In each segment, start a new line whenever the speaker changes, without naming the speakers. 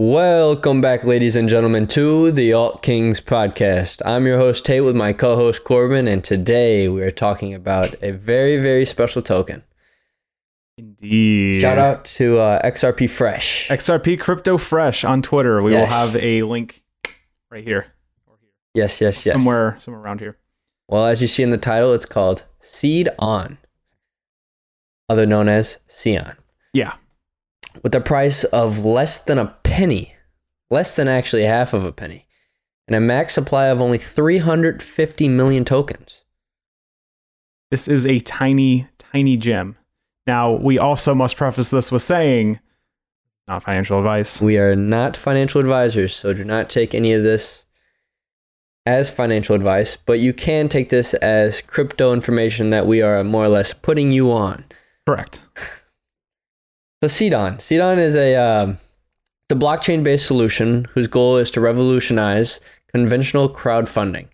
Welcome back, ladies and gentlemen, to the Alt Kings podcast. I'm your host, Tate, with my co host, Corbin, and today we are talking about a very, very special token.
Indeed.
Shout out to uh, XRP Fresh.
XRP Crypto Fresh on Twitter. We
Yes.
will have a link right here,
yes, yes, yes.
somewhere, somewhere around here.
Well, as you see in the title, it's called Seed On, other known as Sion.
Yeah,
with a price of less than a penny, less than actually half of a penny, and a max supply of only 350 million tokens.
this is a tiny, tiny gem. Now, we also must preface this with saying, not financial advice.
We are not financial advisors, so do not take any of this as financial advice, but you can take this as crypto information that we are more or less putting you on.
Correct.
So Cedon, Cedon is a um it's a blockchain-based solution whose goal is to revolutionize conventional crowdfunding,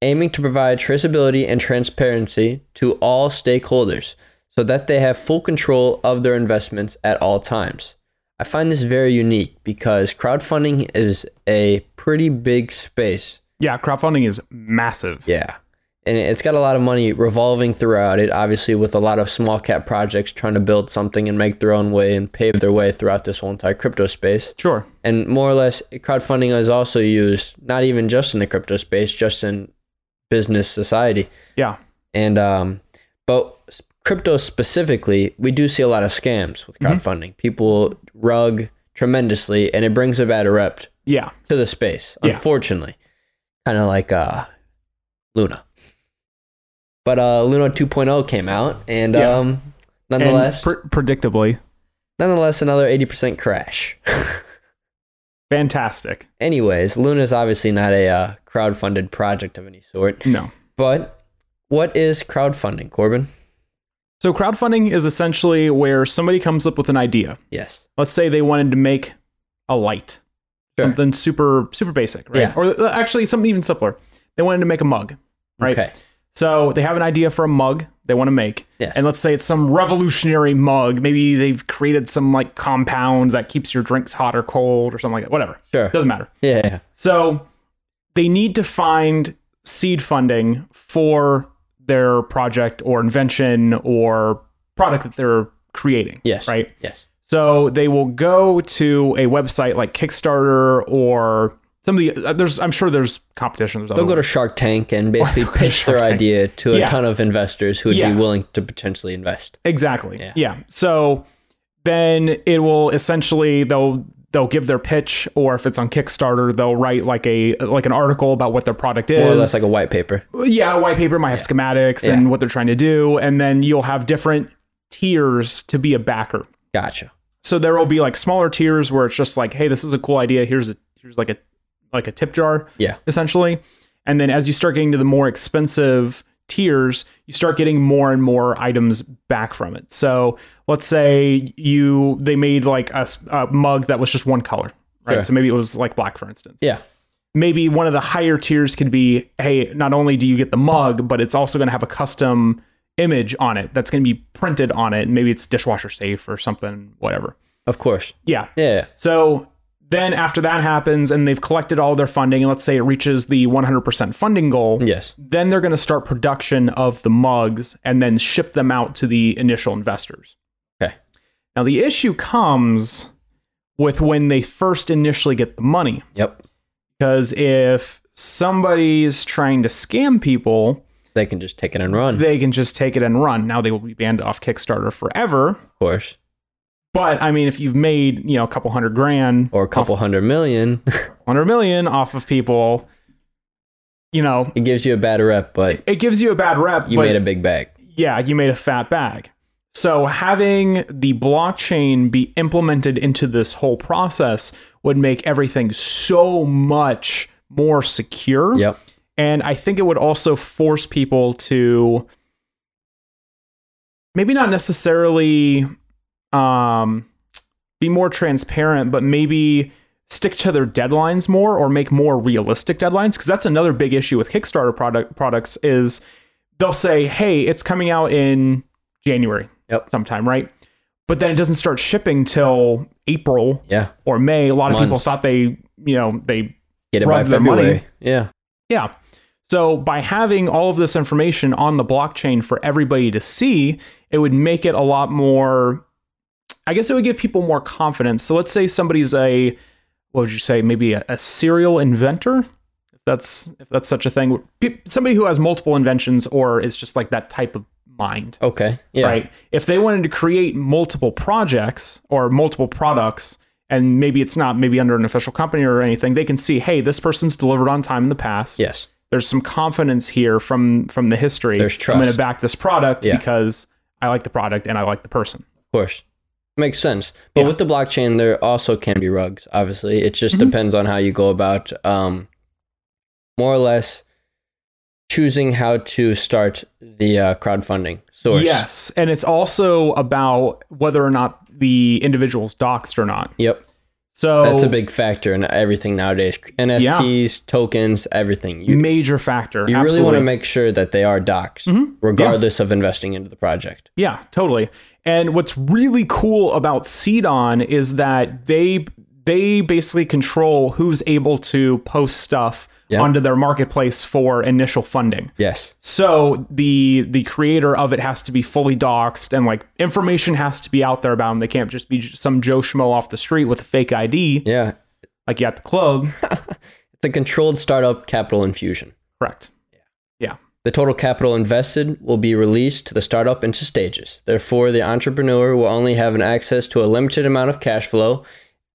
aiming to provide traceability and transparency to all stakeholders so that they have full control of their investments at all times. I find this very unique because crowdfunding is a pretty big space.
Yeah, crowdfunding is massive.
Yeah. And it's got a lot of money revolving throughout it, obviously, with a lot of small cap projects trying to build something and make their own way and pave their way throughout this whole entire crypto space.
Sure.
And more or less, crowdfunding is also used, not even just in the crypto space, just in business society.
Yeah.
And, um, but s- crypto specifically, we do see a lot of scams with
Mhm.
crowdfunding. People rug tremendously, and it brings a bad rep
Yeah.
to the space,
Yeah.
unfortunately. Kind of like uh, Luna. But uh, Luna 2.0 came out, and
Yeah.
um,
And
nonetheless,
pre- predictably,
nonetheless, another 80% crash.
fantastic.
Anyways, Luna is obviously not a uh, crowdfunded project of any sort.
No.
But what is crowdfunding, Corbin?
So, crowdfunding is essentially where somebody comes up with an idea.
Yes.
let's say they wanted to make a light
Sure.
something super super basic right
Yeah.
or uh, actually something even simpler they wanted to make a mug right
Okay.
so they have an idea for a mug they want to make
Yes.
and let's say it's some revolutionary mug maybe they've created some like compound that keeps your drinks hot or cold or something like that whatever
Sure.
doesn't matter
Yeah. yeah.
so they need to find seed funding for their project or invention or product that they're creating
Yes.
right
Yes.
so they will go to a website like Kickstarter or some of the uh, there's I'm sure there's competition. There's
They'll
other
go to Shark Tank and basically
Go to
pitch their
Shark Tank.
idea to a
Yeah.
ton of investors who would
Yeah.
be willing to potentially invest.
exactly
Yeah.
yeah. So then it will essentially they'll they'll give their pitch or if it's on Kickstarter they'll write like a like an article about what their product is.
More or less like a white paper.
yeah, a white paper might have schematics
Yeah.
and what they're trying to do, and then you'll have different tiers to be a backer.
Gotcha.
so there will be like smaller tiers where it's just like hey this is a cool idea here's a here's like a like a tip jar
Yeah.
essentially and then as you start getting to the more expensive tiers you start getting more and more items back from it so let's say you they made like a, s- a mug that was just one color right
Sure.
so maybe it was like black for instance
Yeah.
maybe one of the higher tiers could be hey not only do you get the mug but it's also going to have a custom image on it that's going to be printed on it and maybe it's dishwasher safe or something whatever
Of course.
yeah.
Yeah.
So then after that happens and they've collected all their funding, and let's say it reaches the 100% funding goal,
Yes.
then they're going to start production of the mugs and then ship them out to the initial investors.
Okay.
Now, the issue comes with when they first initially get the money.
Yep.
Because if somebody's trying to scam people,
They can just take it and run.
they can just take it and run. Now they will be banned off Kickstarter forever.
of course.
But I mean, if you've made, you know, a couple hundred grand
Or a couple hundred million.
100 million off of people, you know,
it gives you a bad rep, but
it gives you a bad rep.
you
but
made a big bag.
yeah, you made a fat bag. So having the blockchain be implemented into this whole process would make everything so much more secure.
Yep.
And I think it would also force people to maybe not necessarily um, be more transparent, but maybe stick to their deadlines more or make more realistic deadlines. Because that's another big issue with Kickstarter product products is they'll say, hey, it's coming out in January
Yep.
sometime, right? But then it doesn't start shipping till April
Yeah.
or May. A lot of people
Months.
thought they, you know, they
Get it
Run
by
their money.
February. Yeah.
yeah. So by having all of this information on the blockchain for everybody to see, it would make it a lot more I guess it would give people more confidence. So let's say somebody's a what would you say, maybe a, a serial inventor? If that's if that's such a thing. Pe- Somebody who has multiple inventions or is just like that type of mind
Okay. Yeah.
right? If they wanted to create multiple projects or multiple products, and maybe it's not maybe under an official company or anything, they can see, hey, this person's delivered on time in the past.
Yes.
There's some confidence here from from the history.
There's
I'm going
trust.
to back this product
Yeah.
because I like the product and I like the person.
Of course. Makes sense. But with the blockchain, there also can be rugs, obviously. It
Mm-hmm.
just depends on how you go about um, more or less choosing how to start the uh, crowdfunding source.
Yes, and it's also about whether or not the individual's doxed or not.
Yep.
So
That's a big factor in everything nowadays. NFTs, tokens, everything. You,
major factor.
you really
Absolutely. Mm-hmm.
want to make sure that they are docs, regardless of investing into the project.
Yeah, totally. And what's really cool about Cedon is that they they basically control who's able to post stuff
Yeah.
onto their marketplace for initial funding.
Yes.
So the the creator of it has to be fully doxxed and like information has to be out there about them. They can't just be j- some Joe Schmo off the street with a fake ID
Yeah.
like you at the club.
It's a controlled startup capital infusion.
Correct. Yeah.
The total capital invested will be released to the startup into stages. Therefore, the entrepreneur will only have an access to a limited amount of cash flow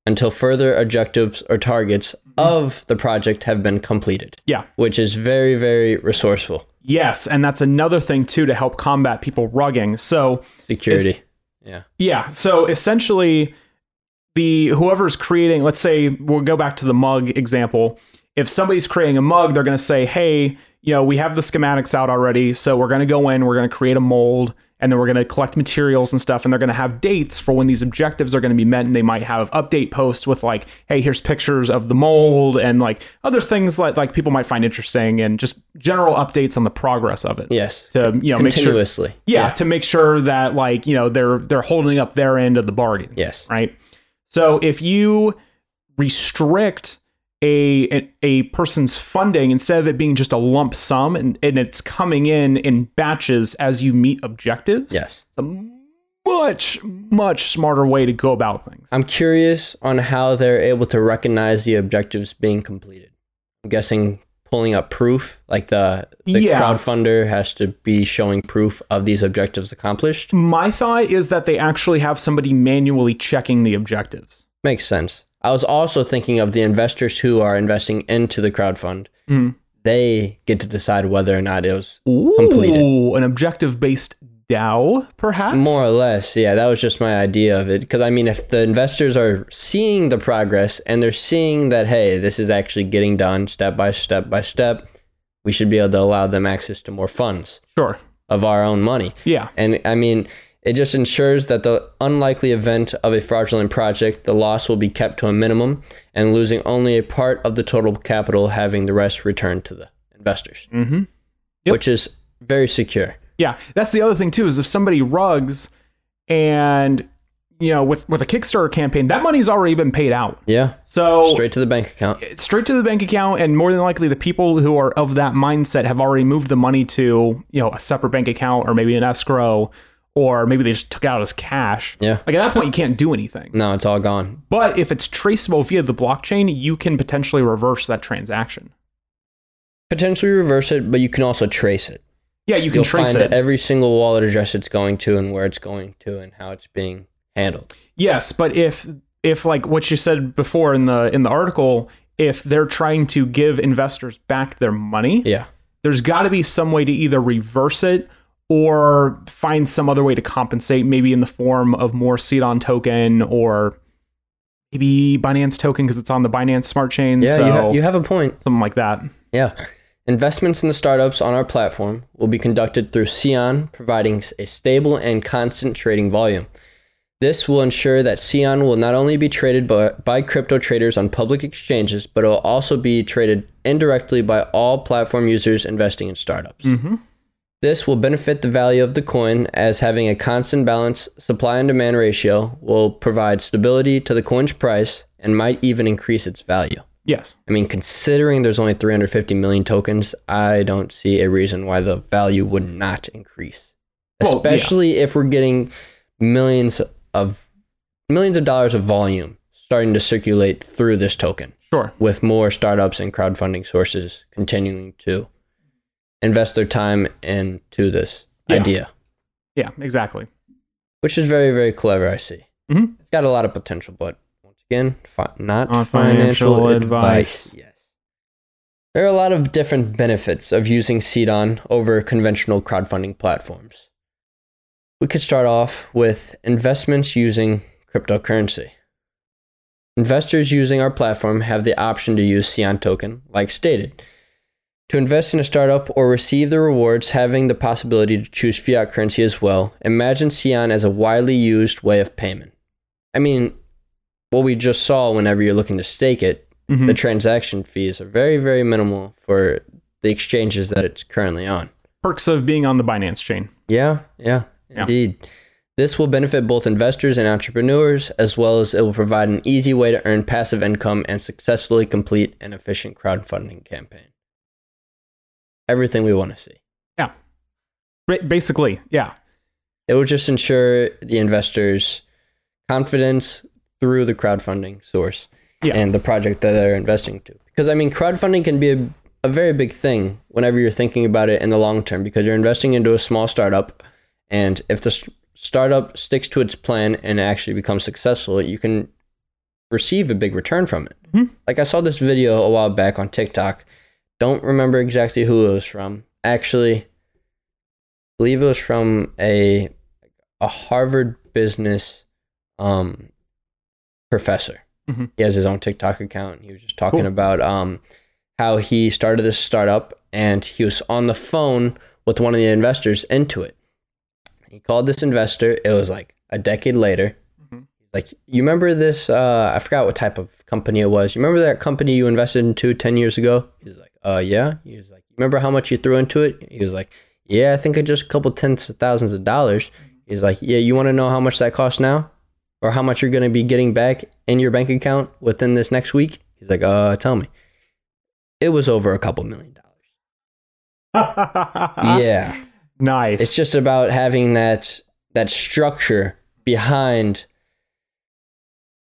until further objectives or targets
Mm-hmm.
of the project have been completed,
Yeah.
which is very, very resourceful.
Yes, and that's another thing too to help combat people rugging. So
Security.
Yeah. So essentially, the whoever's creating, let's say we'll go back to the mug example. If somebody's creating a mug, they're going to say, "Hey, you know, we have the schematics out already, so we're going to go in, we're going to create a mold, and then we're going to collect materials and stuff, and they're going to have dates for when these objectives are going to be met, and they might have update posts with like, "Hey, here's pictures of the mold and like other things like like people might find interesting, and just general updates on the progress of it."
Yes.
To you know, make sure
Continuously.
yeah, to make sure that like you know they're they're holding up their end of the bargain
Yes.
right so if you restrict a, a a person's funding instead of it being just a lump sum and, and it's coming in in batches as you meet objectives
Yes.
it's a much much smarter way to go about things
I'm curious on how they're able to recognize the objectives being completed. I'm guessing pulling up proof, like the, the
Yeah.
crowdfunder has to be showing proof of these objectives accomplished.
my thought is that they actually have somebody manually checking the objectives
Makes sense. I was also thinking of the investors who are investing into the crowdfund.
Mm.
They get to decide whether or not it was Completed.
Ooh, an objective based DAO perhaps
more or less. Yeah, that was just my idea of it. Because I mean, if the investors are seeing the progress and they're seeing that, hey, this is actually getting done step by step by step, we should be able to allow them access to more funds
sure
of our own money.
yeah
And I mean, it just ensures that the unlikely event of a fraudulent project, the loss will be kept to a minimum and losing only a part of the total capital, having the rest returned to the investors,
mm-hmm Yep.
which is very secure.
Yeah, that's the other thing too is if somebody rugs and you know with with a Kickstarter campaign, that money's already been paid out.
Yeah.
So straight,
Straight to the bank account.
to the bank account and more than likely the people who are of that mindset have already moved the money to, you know, a separate bank account or maybe an escrow or maybe they just took it out as cash.
Yeah. Mm.
Like at that point you can't do anything.
No, it's all gone.
But if it's traceable via the blockchain, you can potentially reverse that transaction.
potentially reverse it, but you can also trace it.
Yeah, you can
You'll
trace
find
it.
every single wallet address it's going to and where it's going to and how it's being handled.
Yes, but if if like what you said before in the in the article, if they're trying to give investors back their money,
Yeah.
there's got to be some way to either reverse it or find some other way to compensate, maybe in the form of more Cedon token or maybe Binance token because it's on the Binance smart chain.
Yeah,
so
you, ha- you have a point.
something like that.
Yeah. Investments in the startups on our platform will be conducted through Cion, providing a stable and constant trading volume. This will ensure that Cion will not only be traded by, by crypto traders on public exchanges, but it will also be traded indirectly by all platform users investing in startups.
Mhm.
This will benefit the value of the coin as having a constant balance supply and demand ratio will provide stability to the coin's price and might even increase its value.
Yes.
I mean, considering there's only 350 million tokens, I don't see a reason why the value would not increase.
Well, yeah.
Especially if we're getting millions of millions of dollars of volume starting to circulate through this token
Sure.
with more startups and crowdfunding sources continuing to invest their time into this
Yeah.
idea,
Yeah, exactly.
which is very, very clever. I see.
Mhm.
It's got a lot of potential, but once again, fi- not
Not
financial,
financial
advice.
advice.
Yes. There are a lot of different benefits of using CDON over conventional crowdfunding platforms. We could start off with investments using cryptocurrency. Investors using our platform have the option to use CDON token, like stated, to invest in a startup or receive the rewards, having the possibility to choose fiat currency as well. Imagine Cian as a widely used way of payment. I mean, what we just saw whenever you're looking to stake it,
Mhm.
the transaction fees are very, very minimal for the exchanges that it's currently on.
Perks of being on the Binance chain.
Yeah, yeah,
Yeah.
indeed. This will benefit both investors and entrepreneurs, as well as it will provide an easy way to earn passive income and successfully complete an efficient crowdfunding campaign. Everything we want to see.
Ba- Basically, yeah.
It will just ensure the investors' confidence through the crowdfunding source
Yeah.
and the project that they're investing to. Because I mean, crowdfunding can be a, a very big thing whenever you're thinking about it in the long term, because you're investing into a small startup, and if the s startup sticks to its plan and actually becomes successful, you can receive a big return from it.
Mhm.
Like I saw this video a while back on TikTok. Don't remember exactly who it was from. Actually, believe it was from a a Harvard business um, professor.
Mhm.
He has his own TikTok account. And he was just talking
Cool.
about um, how he started this startup and he was on the phone with one of the investors into it. He called this investor. It was like a decade later.
Mhm.
Like, you remember this? Uh, I forgot what type of company it was. You remember that company you invested into 10 years ago? He's like, uh, yeah. He was like, remember how much you threw into it? He was like, yeah, I think it just a couple tens of thousands of dollars. He's like, yeah, you want to know how much that costs now? Or how much you're going to be getting back in your bank account within this next week? He's like, uh, tell me. It was over a couple million dollars. yeah.
Ah, Nice.
It's just about having that that structure behind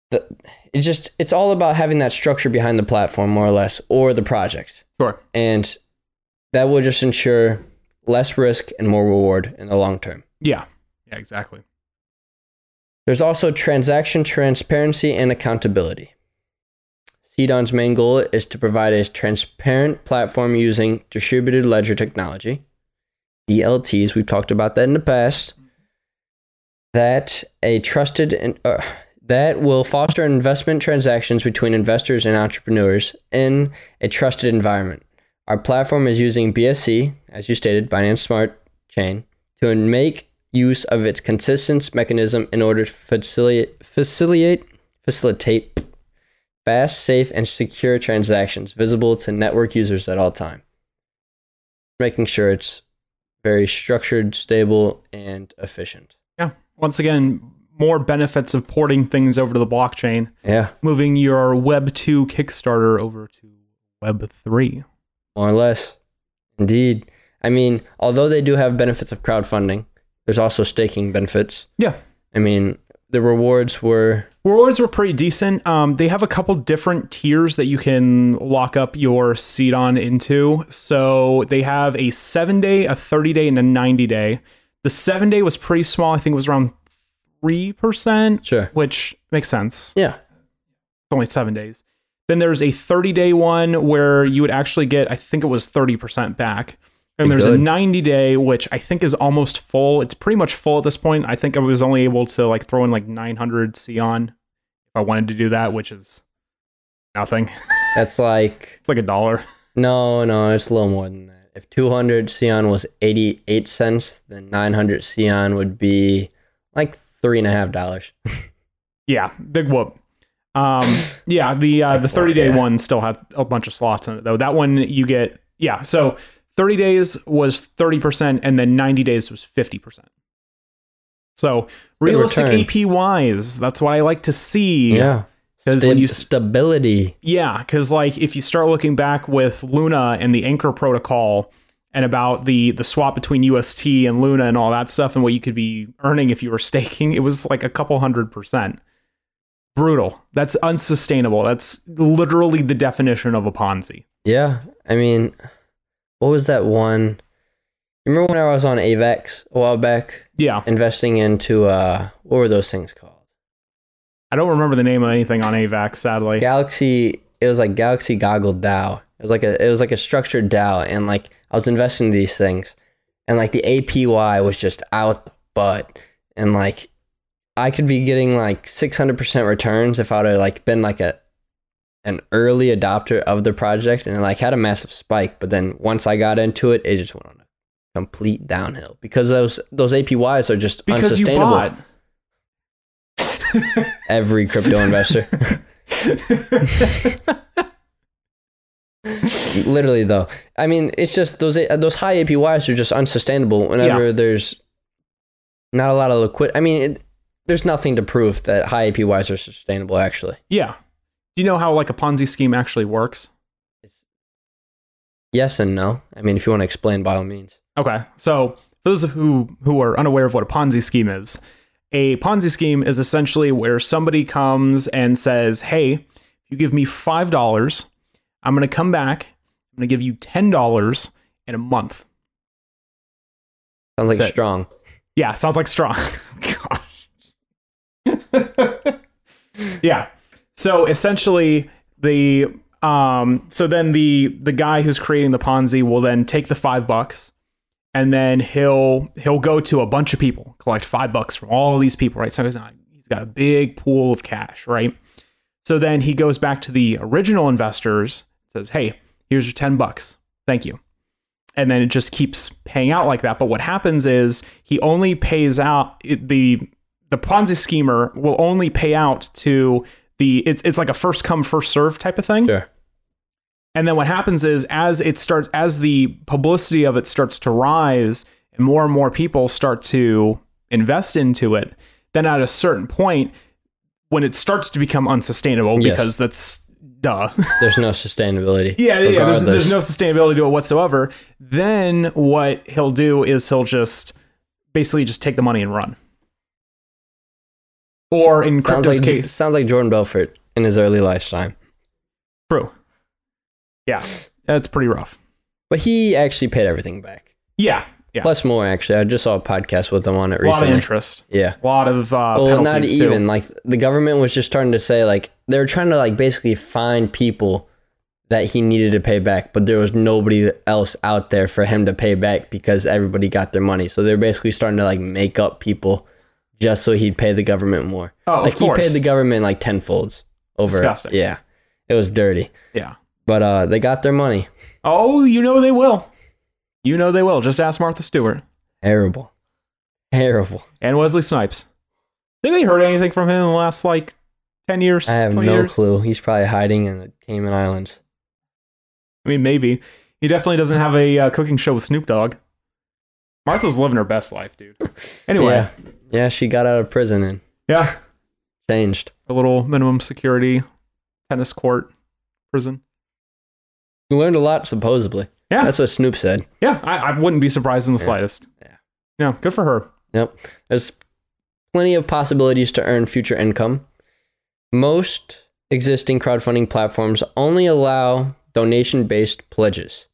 the it just it's all about having that structure behind the platform more or less or the project.
sure.
And that will just ensure less risk and more reward in the long term.
Yeah. Yeah, exactly.
There's also transaction transparency and accountability. CDON's main goal is to provide a transparent platform using distributed ledger technology, DLTs. We've talked about that in the past. That a trusted and uh, that will foster investment transactions between investors and entrepreneurs in a trusted environment. Our platform is using BSC, as you stated, Binance Smart Chain, to make use of its consistence mechanism in order to facilitate facilitate facilitate fast, safe, and secure transactions visible to network users at all time. Making sure it's very structured, stable, and efficient.
Yeah. Once again, more benefits of porting things over to the blockchain,
Yeah,
moving your Web 2 Kickstarter over to Web 3.
more or less. Indeed. I mean, although they do have benefits of crowdfunding, there's also staking benefits.
Yeah.
I mean, the rewards were
Rewards were pretty decent. Um, they have a couple different tiers that you can lock up your seed on into. So they have a seven day, a 30 day, and a 90 day. The seven day was pretty small. I think it was around 3%,
sure.
which makes sense.
Yeah.
It's only seven days. Then there's a 30 day one where you would actually get, I think it was 30% back. And
Pretty
there's a
good.
90 day, which I think is almost full. It's pretty much full at this point. I think I was only able to like throw in like 900 C on if I wanted to do that, which is nothing.
That's like
It's like a dollar.
No, no, it's a little more than that. If 200 Xeon was 88 cents, then 900 Xeon would be like three and a half dollars.
Yeah, big whoop. Um, yeah, the uh, the
Big whoop,
thirty day
yeah.
one still had a bunch of slots in it though. That one you get yeah. So 30 days was 30% and then 90 days was 50%. So realistic
return.
APYs, that's what I like to see.
Yeah.
'Cause
Stab-
when you s-
stability.
Yeah, because like if you start looking back with Luna and the Anchor protocol and about the the swap between UST and Luna and all that stuff and what you could be earning if you were staking, it was like a couple hundred percent. Brutal. That's unsustainable. That's literally the definition of a Ponzi.
Yeah. I mean, what was that one? Remember when I was on Avex a while back,
Yeah,
investing into uh, what were those things called?
I don't remember the name of anything on AVAX. Sadly,
Galaxy. It was like Galaxy Goggle DAO. It was like a it was like a structured DAO, and like I was investing in these things, and like the APY was just out the butt, and like I could be getting like six hundred percent returns if I'd have like been like a an early adopter of the project, and it like had a massive spike, but then once I got into it, it just went on a complete downhill because those those APYs are just
because you
unsustainable.
bought.
Every crypto investor, literally though i mean it's just those those high apys are just unsustainable whenever there's not a lot of liquid i mean it, there's nothing to prove that high apys are sustainable actually
yeah. Do you know how like a Ponzi scheme actually works?
yes and no i mean if you want to explain by all means
Okay. So for those who who are unaware of what a Ponzi scheme is, a Ponzi scheme is essentially where somebody comes and says, "Hey, you give me five dollars, I'm going to come back. I'm going to give you ten dollars in a month."
sounds like
That's it.
strong
Yeah, sounds like strong. Gosh. yeah. So essentially the um so then the the guy who's creating the Ponzi will then take the 5 bucks and then he'll he'll go to a bunch of people, collect 5 bucks from all these people, right? So he's not, he's got a big pool of cash, right? So then he goes back to the original investors, says, "Hey, here's your 10 bucks. Thank you." and then it just keeps paying out like that. But what happens is he only pays out it- the the Ponzi schemer will only pay out to the it's it's like a first come first serve type of thing.
Sure.
And then what happens is as it starts as the publicity of it starts to rise and more and more people start to invest into it, then at a certain point when it starts to become unsustainable
Yes.
because that's duh.
there's no sustainability
Yeah, yeah, yeah. There's,
regardless.
there's no sustainability to it whatsoever. Then what he'll do is he'll just basically just take the money and run. Or in
sounds
crypto's
like
case,
sounds like jordan belfort in his early lifetime
true. Yeah, that's pretty rough.
but he actually paid everything back
Yeah, yeah.
plus more actually i just saw a podcast with him on it
a lot of
recently
interest.
yeah
A lot of uh,
well, not
penalties, too.
even like the government was just starting to say like they were trying to like basically find people that he needed to pay back, but there was nobody else out there for him to pay back because everybody got their money. So they're basically starting to like make up people just so he'd pay the government more.
Oh, of
like he
course.
paid the government like tenfolds over.
Disgusting.
Yeah, it was dirty,
Yeah.
but uh, they got their money.
Oh, you know they will. You know they will. Just ask Martha Stewart
Terrible, terrible.
and Wesley Snipes. Have they heard anything from him in the last like ten years?
I have
20
no
years?
clue. He's probably hiding in the Cayman Islands.
I mean, maybe. He definitely doesn't have a uh, cooking show with Snoop Dogg. Martha's living her best life, dude. Anyway,
Yeah, yeah. She got out of prison and
yeah.
changed.
A little minimum security tennis court prison.
You learned a lot, supposedly.
Yeah.
That's what Snoop said.
Yeah, I, I wouldn't be surprised in the slightest.
Yeah.
Yeah, good for her.
Yep. There's plenty of possibilities to earn future income. Most existing crowdfunding platforms only allow donation based pledges,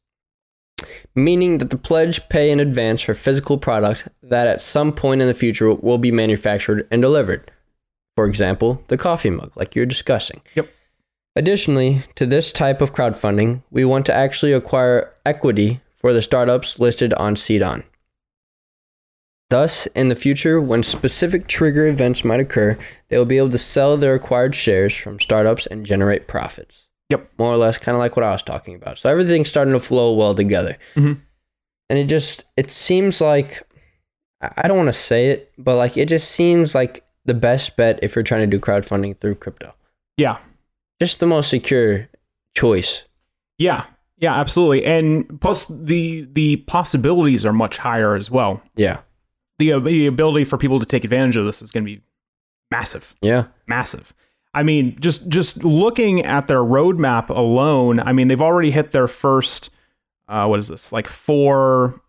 meaning that the pledge pay in advance for physical product that at some point in the future will be manufactured and delivered. For example, the coffee mug, like you're discussing.
Yep.
Additionally, to this type of crowdfunding, we want to actually acquire equity for the startups listed on CDON. Thus, in the future, when specific trigger events might occur, they will be able to sell their acquired shares from startups and generate profits.
Yep.
More or less, kind of like what I was talking about. So everything's starting to flow well together.
Mhm.
And it just, it seems like, I I don't want to say it, but like, it just seems like the best bet if you're trying to do crowdfunding through crypto.
Yeah.
Just the most secure choice.
Yeah. Yeah, absolutely. And plus, the the possibilities are much higher as well.
Yeah.
The, uh, the ability for people to take advantage of this is going to be massive,
Yeah.
massive. I mean, just just looking at their roadmap alone, I mean, they've already hit their first uh, what is this like four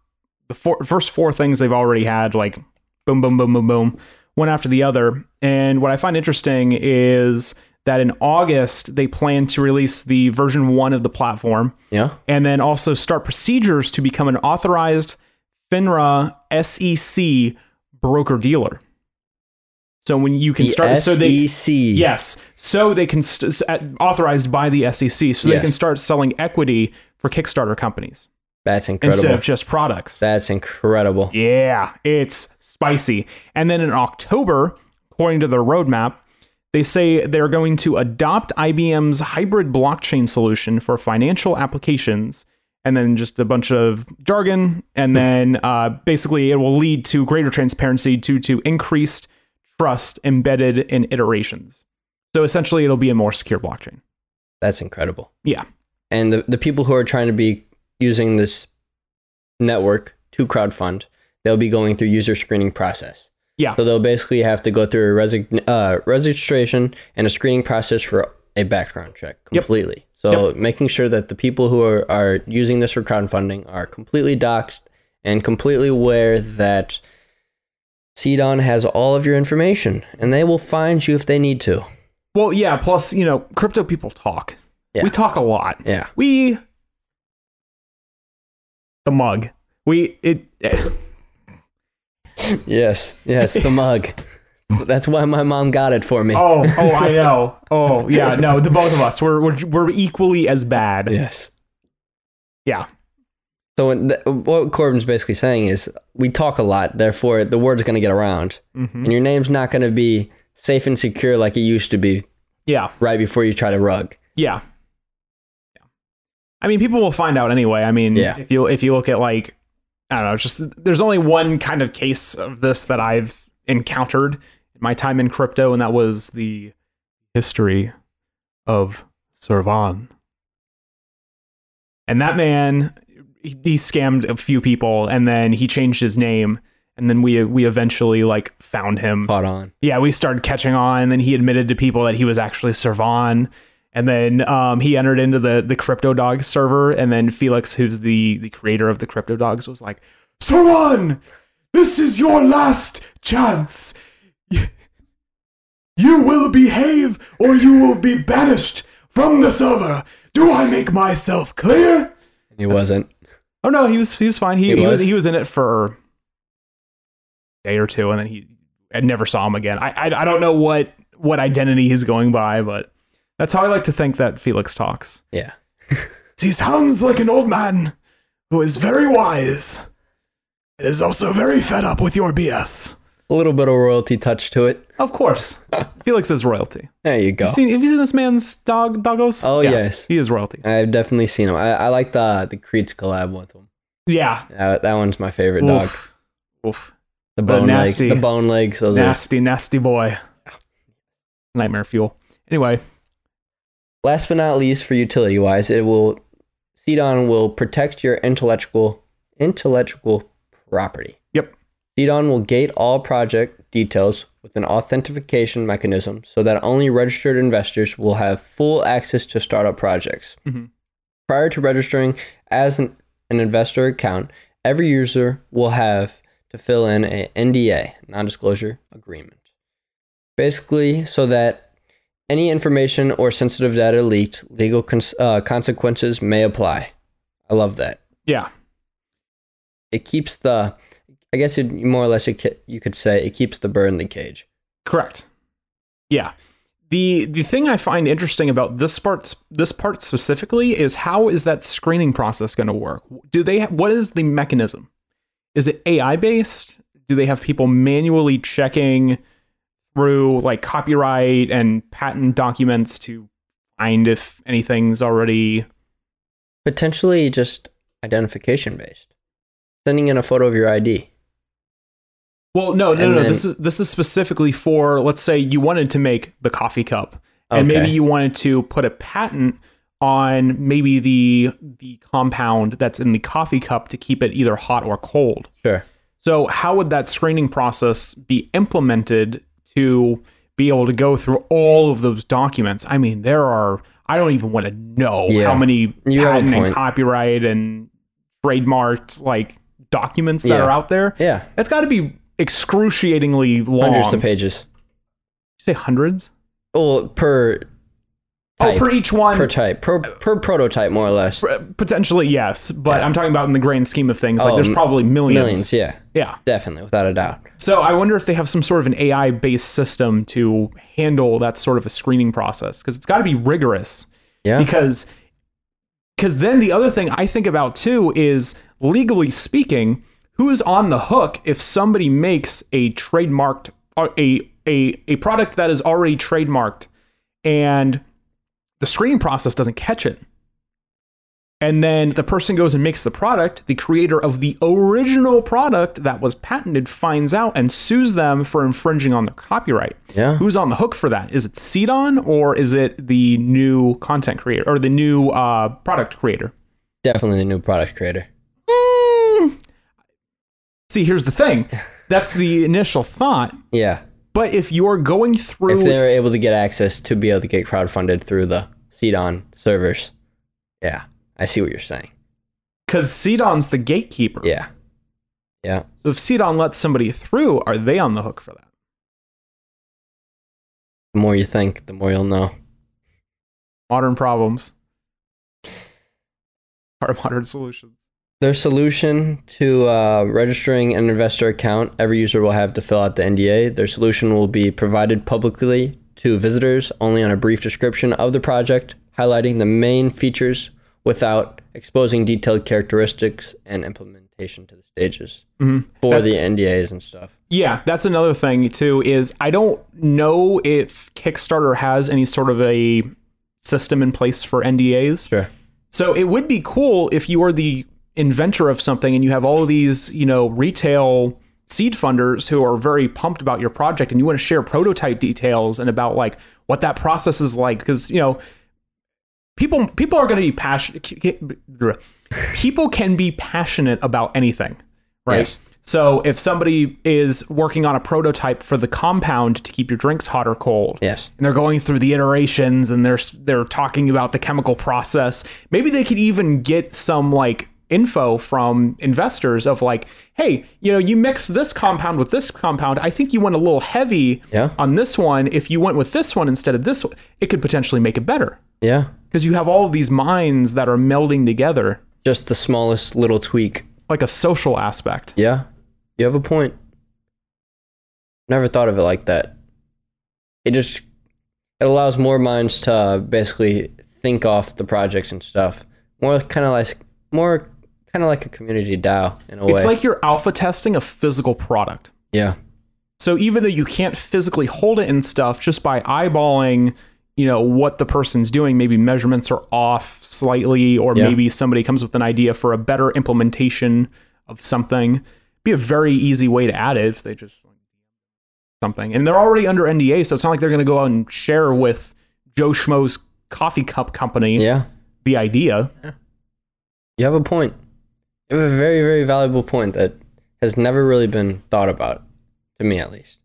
the four first four things they've already had like boom boom boom boom boom one after the other and what i find interesting is that in august they plan to release the version one of the platform
Yeah.
and then also start procedures to become an authorized finra sec broker dealer so when you can
The E
start so they
SEC.
Yes. So they can st- s- at- authorized by the SEC, so they
Yes.
can start selling equity for Kickstarter companies
That's incredible.
instead of just products.
That's incredible.
yeah, it's spicy. And then in October, according to their roadmap, they say they're going to adopt IBM's hybrid blockchain solution for financial applications, and then just a bunch of jargon, and then uh, basically it will lead to greater transparency due to increased trust embedded in iterations. So essentially, it'll be a more secure blockchain.
That's incredible.
Yeah.
And the, the people who are trying to be using this network to crowdfund, they'll be going through user screening process.
Yeah.
So they'll basically have to go through a resign- uh, registration and a screening process for a background check completely. So making sure that the people who are, are using this for crowdfunding are completely doxxed and completely aware that CDON has all of your information and they will find you if they need to.
Well, yeah. Plus, you know, crypto people talk.
Yeah.
We talk a lot.
Yeah.
We the mug. We it.
Yes. Yes. The mug. That's why my mom got it for me.
oh, oh, I know. Oh, yeah. No, the both of us. We're we're, we're equally as bad.
Yes.
Yeah.
So when th- what Corbin's basically saying is, we talk a lot, therefore the word's going to get around,
Mhm.
and your name's not going to be safe and secure like it used to be
Yeah.
right before you try to rug.
Yeah. Yeah. I mean, people will find out anyway. I mean,
Yeah.
if you if you look at like I don't know, just there's only one kind of case of this that I've encountered in my time in crypto, and that was the history of Servan. And that man, he, he scammed a few people, and then he changed his name, and then we we eventually like found him
Caught on.
yeah, we started catching on. Then he admitted to people that he was actually Servan. And then um, he entered into the the Crypto Dogs server. And then Felix, who's the the creator of the Crypto Dogs, was like, Servan, this is your last chance. You- You will behave, or you will be banished from the server. Do I make myself clear?
And he wasn't.
Oh no, he was he was fine. He
He
he, was?
was?
he was in it for a day or two, and then he I never saw him again. I, I I don't know what what identity he's going by, but that's how I like to think that Felix talks.
Yeah.
He sounds like an old man who is very wise and is also very fed up with your BS.
A little bit of royalty touch to it.
Of course, Felix is royalty.
There you go.
Have you seen, have you seen this man's dog doggos?
Oh, yes.
he is royalty.
I've definitely seen him. I, I like the the Creed's collab with him.
Yeah,
That, that one's my favorite dog.
Oof. Oof.
The
But
bone legs.
nasty.
The bone legs. Those are
nasty, nasty boy. Nightmare fuel. Anyway,
Last but not least, for utility wise, it will CDON will protect your intellectual intellectual property.
Yep.
CDON will gate all project details with an authentication mechanism so that only registered investors will have full access to startup projects.
Mhm.
Prior to registering as an, an investor account, every user will have to fill in a NDA, non-disclosure agreement. Basically, so that any information or sensitive data leaked, legal cons- uh, consequences may apply. I love that.
yeah,
It keeps the, I guess it more or less it, ca- you could say it keeps the bird in the cage.
correct. Yeah. The the thing I find interesting about this part this part specifically is how is that screening process going to work? Do they ha- what is the mechanism? Is it AI based? Do they have people manually checking through like copyright and patent documents to find if anything's already
Potentially just identification based. Sending in a photo of your ID.
Well, no, no,
And
no.
then-
this is this is specifically for let's say you wanted to make the coffee cup, and
Okay.
maybe you wanted to put a patent on maybe the the compound that's in the coffee cup to keep it either hot or cold.
Sure.
So how would that screening process be implemented to be able to go through all of those documents? I mean, there are I don't even want to know
Yeah.
how many
You have a
patent and
point.
copyright and trademarked like documents that
Yeah.
are out there.
Yeah.
It's got to be excruciatingly long.
Hundreds of pages.
You say hundreds?
Well, per
Oh,
Type.
per each one.
per type, per per prototype, more or less.
Potentially, yes, but
Yeah.
I'm talking about in the grand scheme of things. Like,
Oh,
there's
m-
probably millions.
Millions. Yeah.
Yeah.
Definitely, without a doubt.
So I wonder if they have some sort of an AI based system to handle that sort of a screening process because it's got to be rigorous.
Yeah.
Because because then the other thing I think about too is legally speaking, who is on the hook if somebody makes a trademarked or a a a product that is already trademarked and the screening process doesn't catch it. And then the person goes and makes the product. The creator of the original product that was patented finds out and sues them for infringing on their copyright.
Yeah.
Who's on the hook for that? Is it Cedon or is it the new content creator or the new uh, product creator?
Definitely the new product creator. Hmm.
See, here's the thing. That's the initial thought.
Yeah.
But if you're going through,
If they're able to get access to be able to get crowdfunded through the CDON servers. Yeah. I see what you're saying.
because Cedon's the gatekeeper.
Yeah. Yeah.
So if Cedon lets somebody through, are they on the hook for that?
The more you think, the more you'll know.
Modern problems are modern solutions.
Their solution to uh, registering an investor account, every user will have to fill out the NDA. Their solution will be provided publicly to visitors only on a brief description of the project, highlighting the main features without exposing detailed characteristics and implementation to the stages for
That's-
the NDAs and stuff.
Yeah, that's another thing too. Is I don't know if Kickstarter has any sort of a system in place for NDAs.
Sure.
So it would be cool if you are the inventor of something and you have all of these, you know, retail seed funders who are very pumped about your project and you want to share prototype details and about like what that process is like because, you know, people people are going to be passionate people can be passionate about anything, right?
Yes.
So if somebody is working on a prototype for the compound to keep your drinks hot or cold,
Yes.
and they're going through the iterations and they're they're talking about the chemical process. Maybe they could even get some like info from investors of like, hey, you know, you mix this compound with this compound. I think you went a little heavy
Yeah.
on this one. If you went with this one instead of this one, it could potentially make it better
Yeah.
because you have all these minds that are melding together
Just the smallest little tweak.
like a social aspect.
Yeah. You have a point. Never thought of it like that. It just it allows more minds to uh, basically think off the projects and stuff. More kind of like more kind of like a community DAO in a
It's
way.
like you're alpha testing a physical product.
yeah.
So even though you can't physically hold it and stuff, just by eyeballing, you know, what the person's doing, maybe measurements are off slightly, or
Yeah.
maybe somebody comes with an idea for a better implementation of something. Be a very easy way to add it if they just something. And they're already under NDA, so it's not like they're gonna go out and share with Joe Schmo's coffee cup company
Yeah.
the idea.
You have a point. You have a very very valuable point that has never really been thought about to me at least.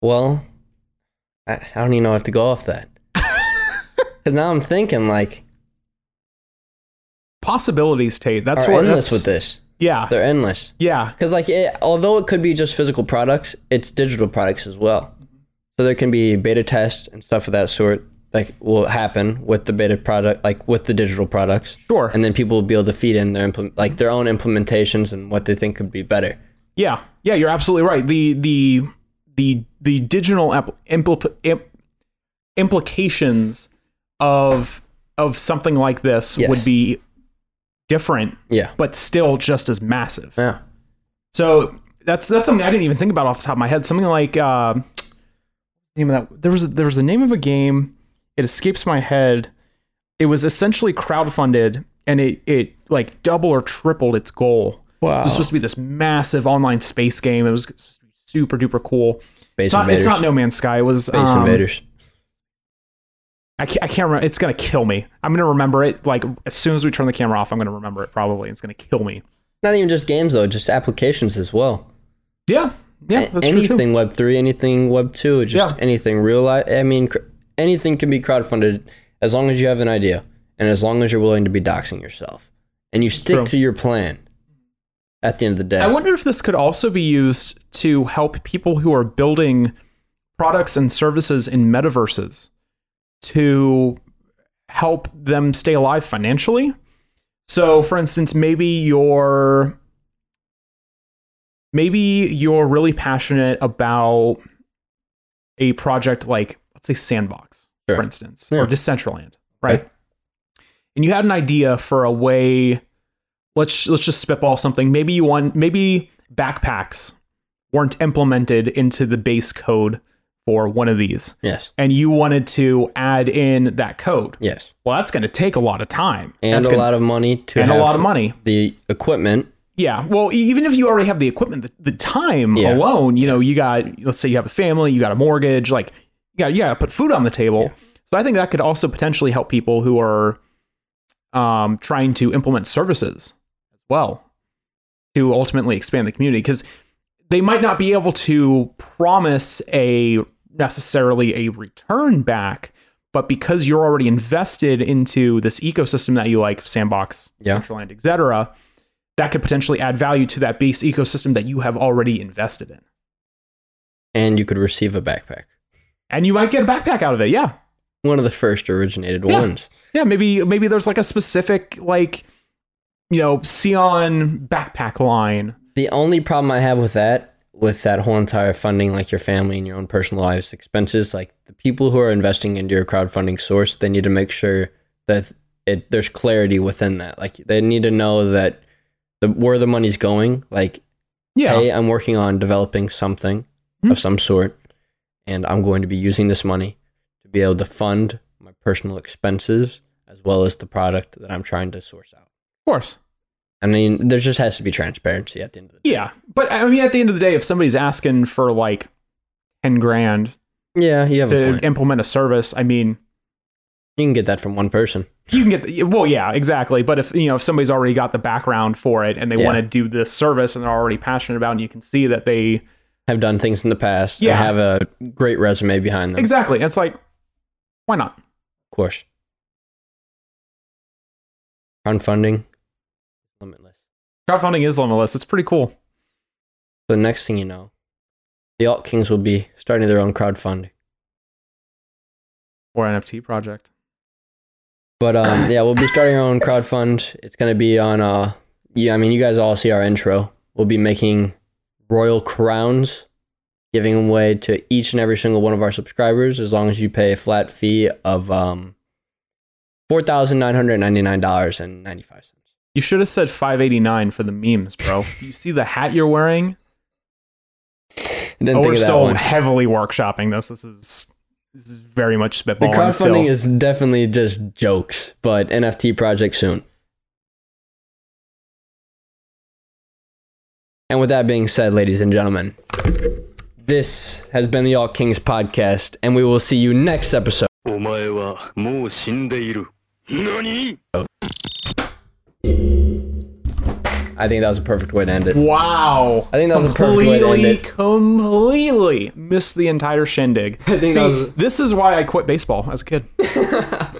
Well, I, I don't even know what to go off that. Cause now I'm thinking like
Possibilities, Tate. That's
are
what
endless
that's-
with this.
Yeah.
They're endless.
Yeah.
Because like, it, although it could be just physical products, it's digital products as well. So there can be beta tests and stuff of that sort that will happen with the beta product, like with the digital products,
Sure.
and then people will be able to feed in their implement, like their own implementations and what they think could be better.
Yeah, yeah, you're absolutely right. The the the the digital app, impl, imp, implications of of something like this
Yes.
would be different,
Yeah.
but still just as massive.
Yeah.
So that's that's something I didn't even think about off the top of my head. Something like uh, name of that there was a, there was a name of a game. It escapes my head. It was essentially crowdfunded, and it it like double or tripled its goal. Wow! It was supposed to be this massive online space game. It was super duper cool.
Base
It's not, it's
invaders.
not No Man's Sky. It was
Base
um,
invaders.
I can't, I can't remember. It's gonna kill me. I'm gonna remember it. Like as soon as we turn the camera off, I'm gonna remember it. Probably it's gonna kill me.
Not even just games though, just applications as well.
Yeah, yeah,
A-
that's true too.
anything Web three, anything Web two, just
Yeah.
anything real. Li- I mean, cr- anything can be crowdfunded as long as you have an idea and as long as you're willing to be doxing yourself and you stick
True.
to your plan. At the end of the day,
I wonder if this could also be used to help people who are building products and services in metaverses to help them stay alive financially. So, for instance, maybe you're maybe you're really passionate about a project like let's say Sandbox,
Sure.
for instance,
Yeah.
or Decentraland,
Right.
right? And you had an idea for a way. Let's let's just spitball something. Maybe you want maybe backpacks weren't implemented into the base code for one of these,
yes,
and you wanted to add in that code.
yes,
Well, that's going to take a lot of time
and
That's
a
gonna-
lot of money to
and
have
a lot of money.
the equipment.
Yeah. Well, e- even if you already have the equipment, the, the time
Yeah.
alone, you know, you got, let's say you have a family, you got a mortgage, like, yeah, yeah, put food on the table. So I think that could also potentially help people who are um, trying to implement services as well to ultimately expand the community because they might not be able to promise a necessarily a return back. But because you're already invested into this ecosystem that you like, Sandbox,
Yeah.
Central Centraland, et cetera, that could potentially add value to that base ecosystem that you have already invested in.
and you could receive a backpack.
And you might get a backpack out of it. Yeah.
One of the first originated
Yeah.
ones.
Yeah. Maybe maybe there's like a specific like you know, Xeon backpack line.
The only problem I have with that, with that whole entire funding, like your family and your own personal life's expenses, like the people who are investing into your crowdfunding source, they need to make sure that it there's clarity within that. Like they need to know that the where the money's going. Like,
Yeah.
hey, I'm working on developing something
Hmm.
of some sort, and I'm going to be using this money to be able to fund my personal expenses as well as the product that I'm trying to source out.
Of course.
I mean, there just has to be transparency at the end of the day.
Yeah. But I mean at the end of the day, if somebody's asking for like ten grand
Yeah, you have a
to
point.
implement a service, I mean
You can get that from one person.
you can get the, well, yeah, exactly. But if you know if somebody's already got the background for it and they
Yeah.
want to do this service and they're already passionate about it, and you can see that they
Have done things in the past. and
Yeah.
have a great resume behind them.
exactly, it's like why not?
Of course. Crowdfunding, limitless.
Crowdfunding is limitless. It's pretty cool.
So the next thing you know, the alt kings will be starting their own crowdfunding.
Or NFT project.
But um, yeah, we'll be starting our own crowdfund. It's gonna be on uh, yeah. I mean, you guys all see our intro. We'll be making royal crowns, giving them away to each and every single one of our subscribers, as long as you pay a flat fee of um, four thousand nine hundred ninety nine dollars and ninety five cents.
You should have said 589 for the memes, bro. you see the hat you're wearing?
Didn't
Oh,
think
we're
of that
still
one.
heavily workshopping this. This is this is very much spitballing.
The
still.
crowdfunding is definitely just jokes, but NFT project soon. And with that being said, ladies and gentlemen, this has been the All Kings podcast, and we will see you next episode.
お前はもう死んでいる。何
I think that was a perfect way to end it.
Wow.
I think that was a perfect way to
completely,
end it.
Completely missed the entire shindig.
think
See,
that was-
this is why I quit baseball as a kid.